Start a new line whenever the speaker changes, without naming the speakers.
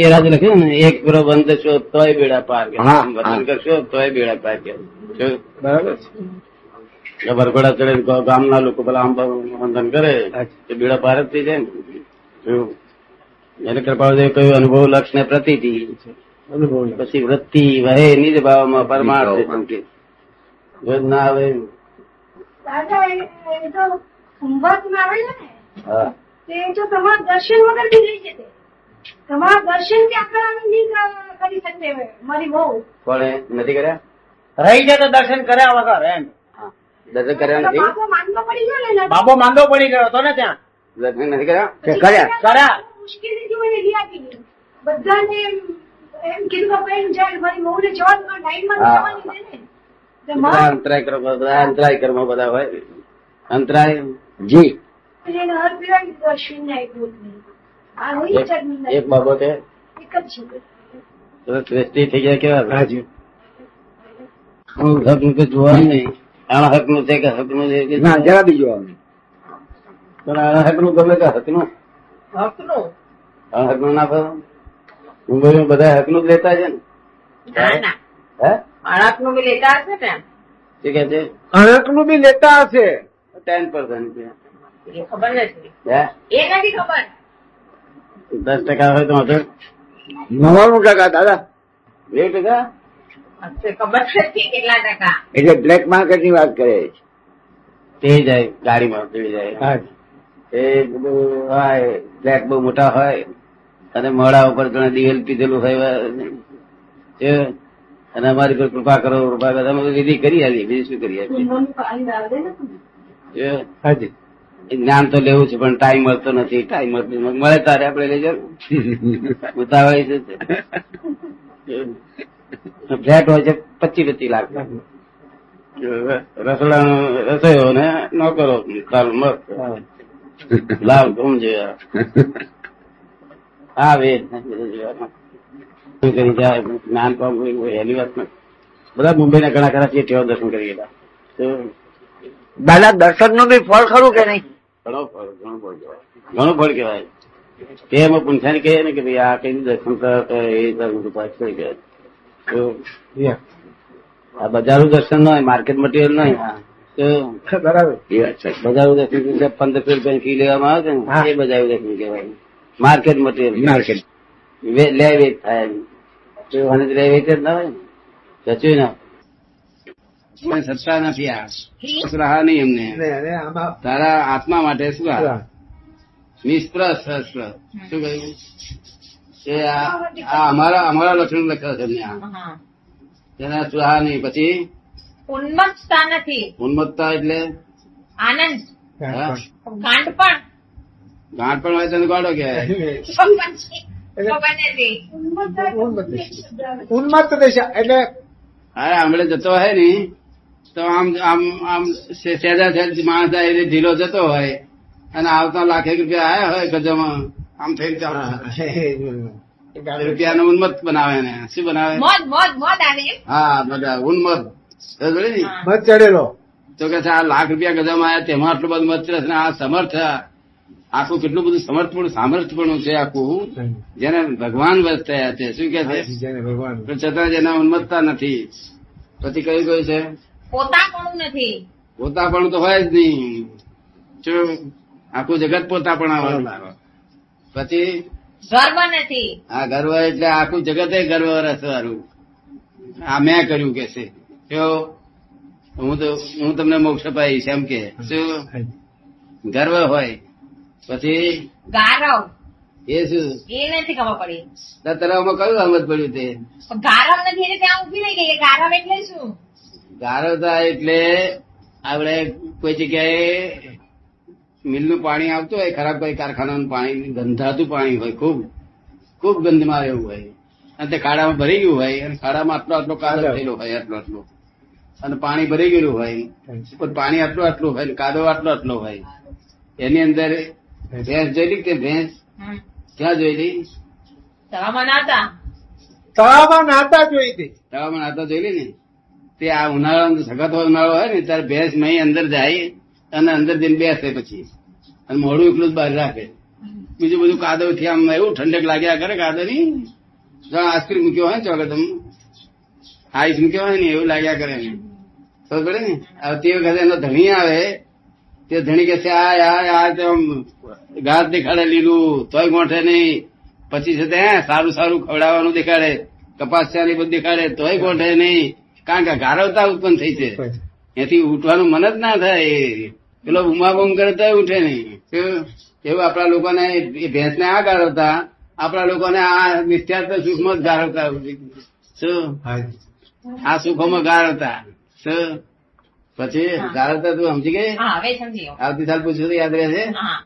એ રાજ લખ્યું ને એક પૂરો બંધ છો તોય બેડા પાર કે
હા,
વતન
હા.
કરશો તોય બેડા પાર કે જો
બરાબર છે
જો વરઘોડા ચડે તો ગામના લોકો પેલા આમ વંદન કરે
અચ્છા.
તો બેડા પાર જ થઈ જાય ને જો એને કૃપાળદેવ કહ્યું અનુભવ લક્ષ ને પ્રતિતિ
અનુભવ છે.
પછી વૃત્તિ વહે નિજ ભાવમાં પરમાર્થ
નિજ ભાવમાં.
સંકેત. જો ના આવે
દાદા એ- એ તો સંવાદમાં આવે છે ને
હા
તો એ તો તમારા દર્શન વગર બી રહી જશે તમારા દર્શન કે આખા નહીં ક- કરી શકે હવે. મારી બહુ
કોણે નથી કર્યા
રહી જાય તો દર્શન કર્યા વગર એમ
હા. દર્શન કર્યા નથી
બાપો માનવો પડી ગયો ને એટલે
બાબો માંદો પડી ગયો હતો ને ત્યાં
દર્શન નથી કર્યા
કે કર્યા
કર્યા.
મુશ્કેલીથી મને લઈ આપી દીધી. બધાને એમ એમ કીધું કે બેન જાય મારી વહુને જવા દો, લાઈનમાં તો
હા.
જવાની છે ને. તો
બધા
મારે
અંતરાય કર્મ બધા અંતરાય કર્મ બધા હોય અંતરાય
જી
પછી એને હર પીવાય ને કીધું, "અશ્વિનને આપ્યું જ નહીં." આ હોય
એક-
જન્મના
એક બાબતે
એક જ છે.
શ્રેષ્ઠી થઈ ગયા કેવા
હાજી
હું હક નું કઈ જોવાનું નહીં આણા હક નું છે કે હક નું છે કે
ના જરા બીજું આવે
પણ આણા હક નું ગમે કે હક નું આણા હક નું ના ભાવે? મુંબઈમાં બધા હક નું જ લેતા છે ને
ના ના
હે
અણકનું બી લેતા હશે ને
શું કે છે
અણક નું બી લેતા હશે
ટેન પર્સન્ટ
એ ખબર નથી
હે
એ નથી ખબર
દસ ટકા હોય તો વાંધો
નવાણું ટકા દાદા
બે ટકા
હશે, ખબર નથી કેટલા ટકા
એટલે બ્લેક માર્કેટ ની વાત કરે છે
તે જાય ગાડીમાં તે જાય એ બધું હોય ફ્લેટ બહુ મોટા હોય અને મોડા ઉપર તમે દિવેલ પીધેલું હોય એ અને અમારી પર કૃપા કરો કૃપા કરો અમે વિધિ કરી આવીએ બીજું શું કરી આવીએ
મમ્મી પાણી આવે ને તમને.
એ
હાજી
જ્ઞાન તો લેવું છે પણ ટાઈમ મળતો નથી ટાઈમ મળતો નથી. મળે તારે આપણે લઈ જવું ઉતાવળ છે એ ફ્લેટ હોય છે પચીસ પચીસ લાખ રસોડાનો રસોયો ને નોકરો તારું મસ્ત લાવ ઘઉં જેવા હા વેદ શું કરી જાય જ્ઞાન પામ કોઈ કોઈ હેલી વાત નથી બધા મુંબઈના ઘણા ખરા છે તેઓ દર્શન કરી ગયેલા તો
દાદા દર્શન નું બી ફળ ખરું કે નહીં
ઘણો ફળ ઘણું ફળ કહેવાય ઘણું ફળ કહેવાય તે એમાં પૂંછાને કહે ને કે ભાઈ આ કઈ દર્શન કરવા તો એ તારું કૃપા થઈ ગયા તો આ બજારનું દર્શન ન હોય માર્કેટ મટીરિયલ નહીં હા તો
બરાબર
એ અચ્છા બજારનું દર્શન પંદરસો રૂપિયાની ફી લેવામાં આવે છે
હા.
ને એ બજારનું દર્શન કહેવાય માર્કેટ મટીરિયલ
માર્કેટ
વે- લે વેચ થાય એમ. તો અને લે વેચ જ ના હોય ને સચ્યું ના પણ સત્તા નથી આ સસરા નહીં એમને તારા આત્મા માટે શું આ નિષ્પ્ર સહસ્ત્ર શું કહ્યું એ આ આ અમારા અમારા લક્ષણ લખ્યા છે એમને આ
હા
તેના સુહા નહીં પછી
ઉન્મત્તતા નથી
ઉન્મત્તા એટલે
આનંદ
હા?
ગાંડ પણ
ગાંઠ પણ હોય તેને ગાંડો કે
ખબર નથી. ખબર નથી
ઉન્મત્ત દશા એટલે
અરે આમળે જતો હોય ને તો આમ આમ આમ સે- સેજા સેજ માણસ જાય એટલે ઢીલો જતો હોય અને આવતા લાખેક રૂપિયા આયા હોય ગજામાં આમ થઈ જાય રૂપિયાનો ઉન્મત બનાવે ને શું બનાવે
મોજ મોજ મોજ આવે એમ.
હા બધા ઉન્મત સમજ પડી ને?
મત ચડેલો
તો કે છે આ લાખ રૂપિયા ગજામાં આયા તેમાં આટલું બધું મત છે અને આ સમર્થ આખું કેટલું બધું સમર્થપણ સામર્થપણું છે આખું જેને ભગવાન વર્તાયા છે શું કે છે
જેને ભગવાન
પણ છતાં જેના ઉન્મતતા નથી પછી કયું કયું છે
પોતાપણું નથી
પોતાપણ તો હોય જ નહીં જો આખું જગત પોતાપણ હોય પછી
ગર્વ નથી
આ ગર્વ એટલે આખું જગત એ ગર્વ રસવાળું આ મેં કર્યું કે છે જો હું તો હું તમને મોક્ષ અપાઈશ એમ કે શું ગર્વ હોય પછી
ગારવ
એ શું
એ નથી ખબર પડી
તરફમાં કયું અમત પડ્યું તે
પણ ગારવ નથી એટલે ત્યાં ઉભી રહી ગઈ એ ગારવ એટલે શું
ગારવતા એટલે આપણે કોઈ જગ્યાએ મિલનું પાણી આવતું હોય ખરાબ કોઈ કારખાનાનું પાણી ગંધાતું પાણી હોય ખૂબ ખૂબ ગંધમાં રહેવું હોય અને તે ખાડામાં ભરી ગયું હોય અને ખાડામાં આટલો આટલો કાદો થયેલો હોય આટલો આટલો અને પાણી ભરી ગયેલું હોય પણ પાણી આટલું આટલું હોય ને કાદો આટલો આટલો હોય એની અંદર ભેંસ જોયેલી કે ભેંસ
હમ.
ક્યાં જોયેલી
તવામાં નહોતા
તળાવમાં નાતા જોઈ હતી
તળાવમાં નાતા જોઈ લે ને તે આ ઉનાળાનો સખત હોય ઉનાળો હોય ને ત્યારે ભેંસ મહી અંદર જાય અને અંદર જઈને બેસે પછી અને મોડું એકલું જ બહાર રાખે બીજું બધું કાદવ થી આમ એવું ઠંડક લાગ્યા કરે કાદવ ની આઈસ્ક્રીમ મૂક્યો હોય ને ચોકદમ આઈસ મૂક્યો હોય ને એવું લાગ્યા કરે એને. ખબર પડે ને હવે તે વખતે એનો ધણી આવે તે ધણી કે છે આ આ આ તો આમ ઘાસ દેખાડે લીલું તોય ગોઠે નહીં પછી છે તે હે, સારું સારું ખવડાવવાનું દેખાડે કપાસ છે ને એ બધું દેખાડે તોય ગોઠે નહીં કારણ કે ગારવતા ઉત્પન્ન થઈ છે એથી ઉઠવાનું મન જ ના થાય પેલો બુમાબુમ કરે તો ઉઠે નહીં એવું એવું આપણા લોકોને એ ભેંસને આ ગાળવતા આપણા લોકોને આ મિથ્યાત્વ સુખમાં જ ગાળવતા શું આ સુખોમાં ગાળવતા શું પછી ગાળવતા તું સમજી ગઈ
હા હવે સમજી ગયો
આવતી સાલ પૂછ્યું તો યાદ રહેશે
હા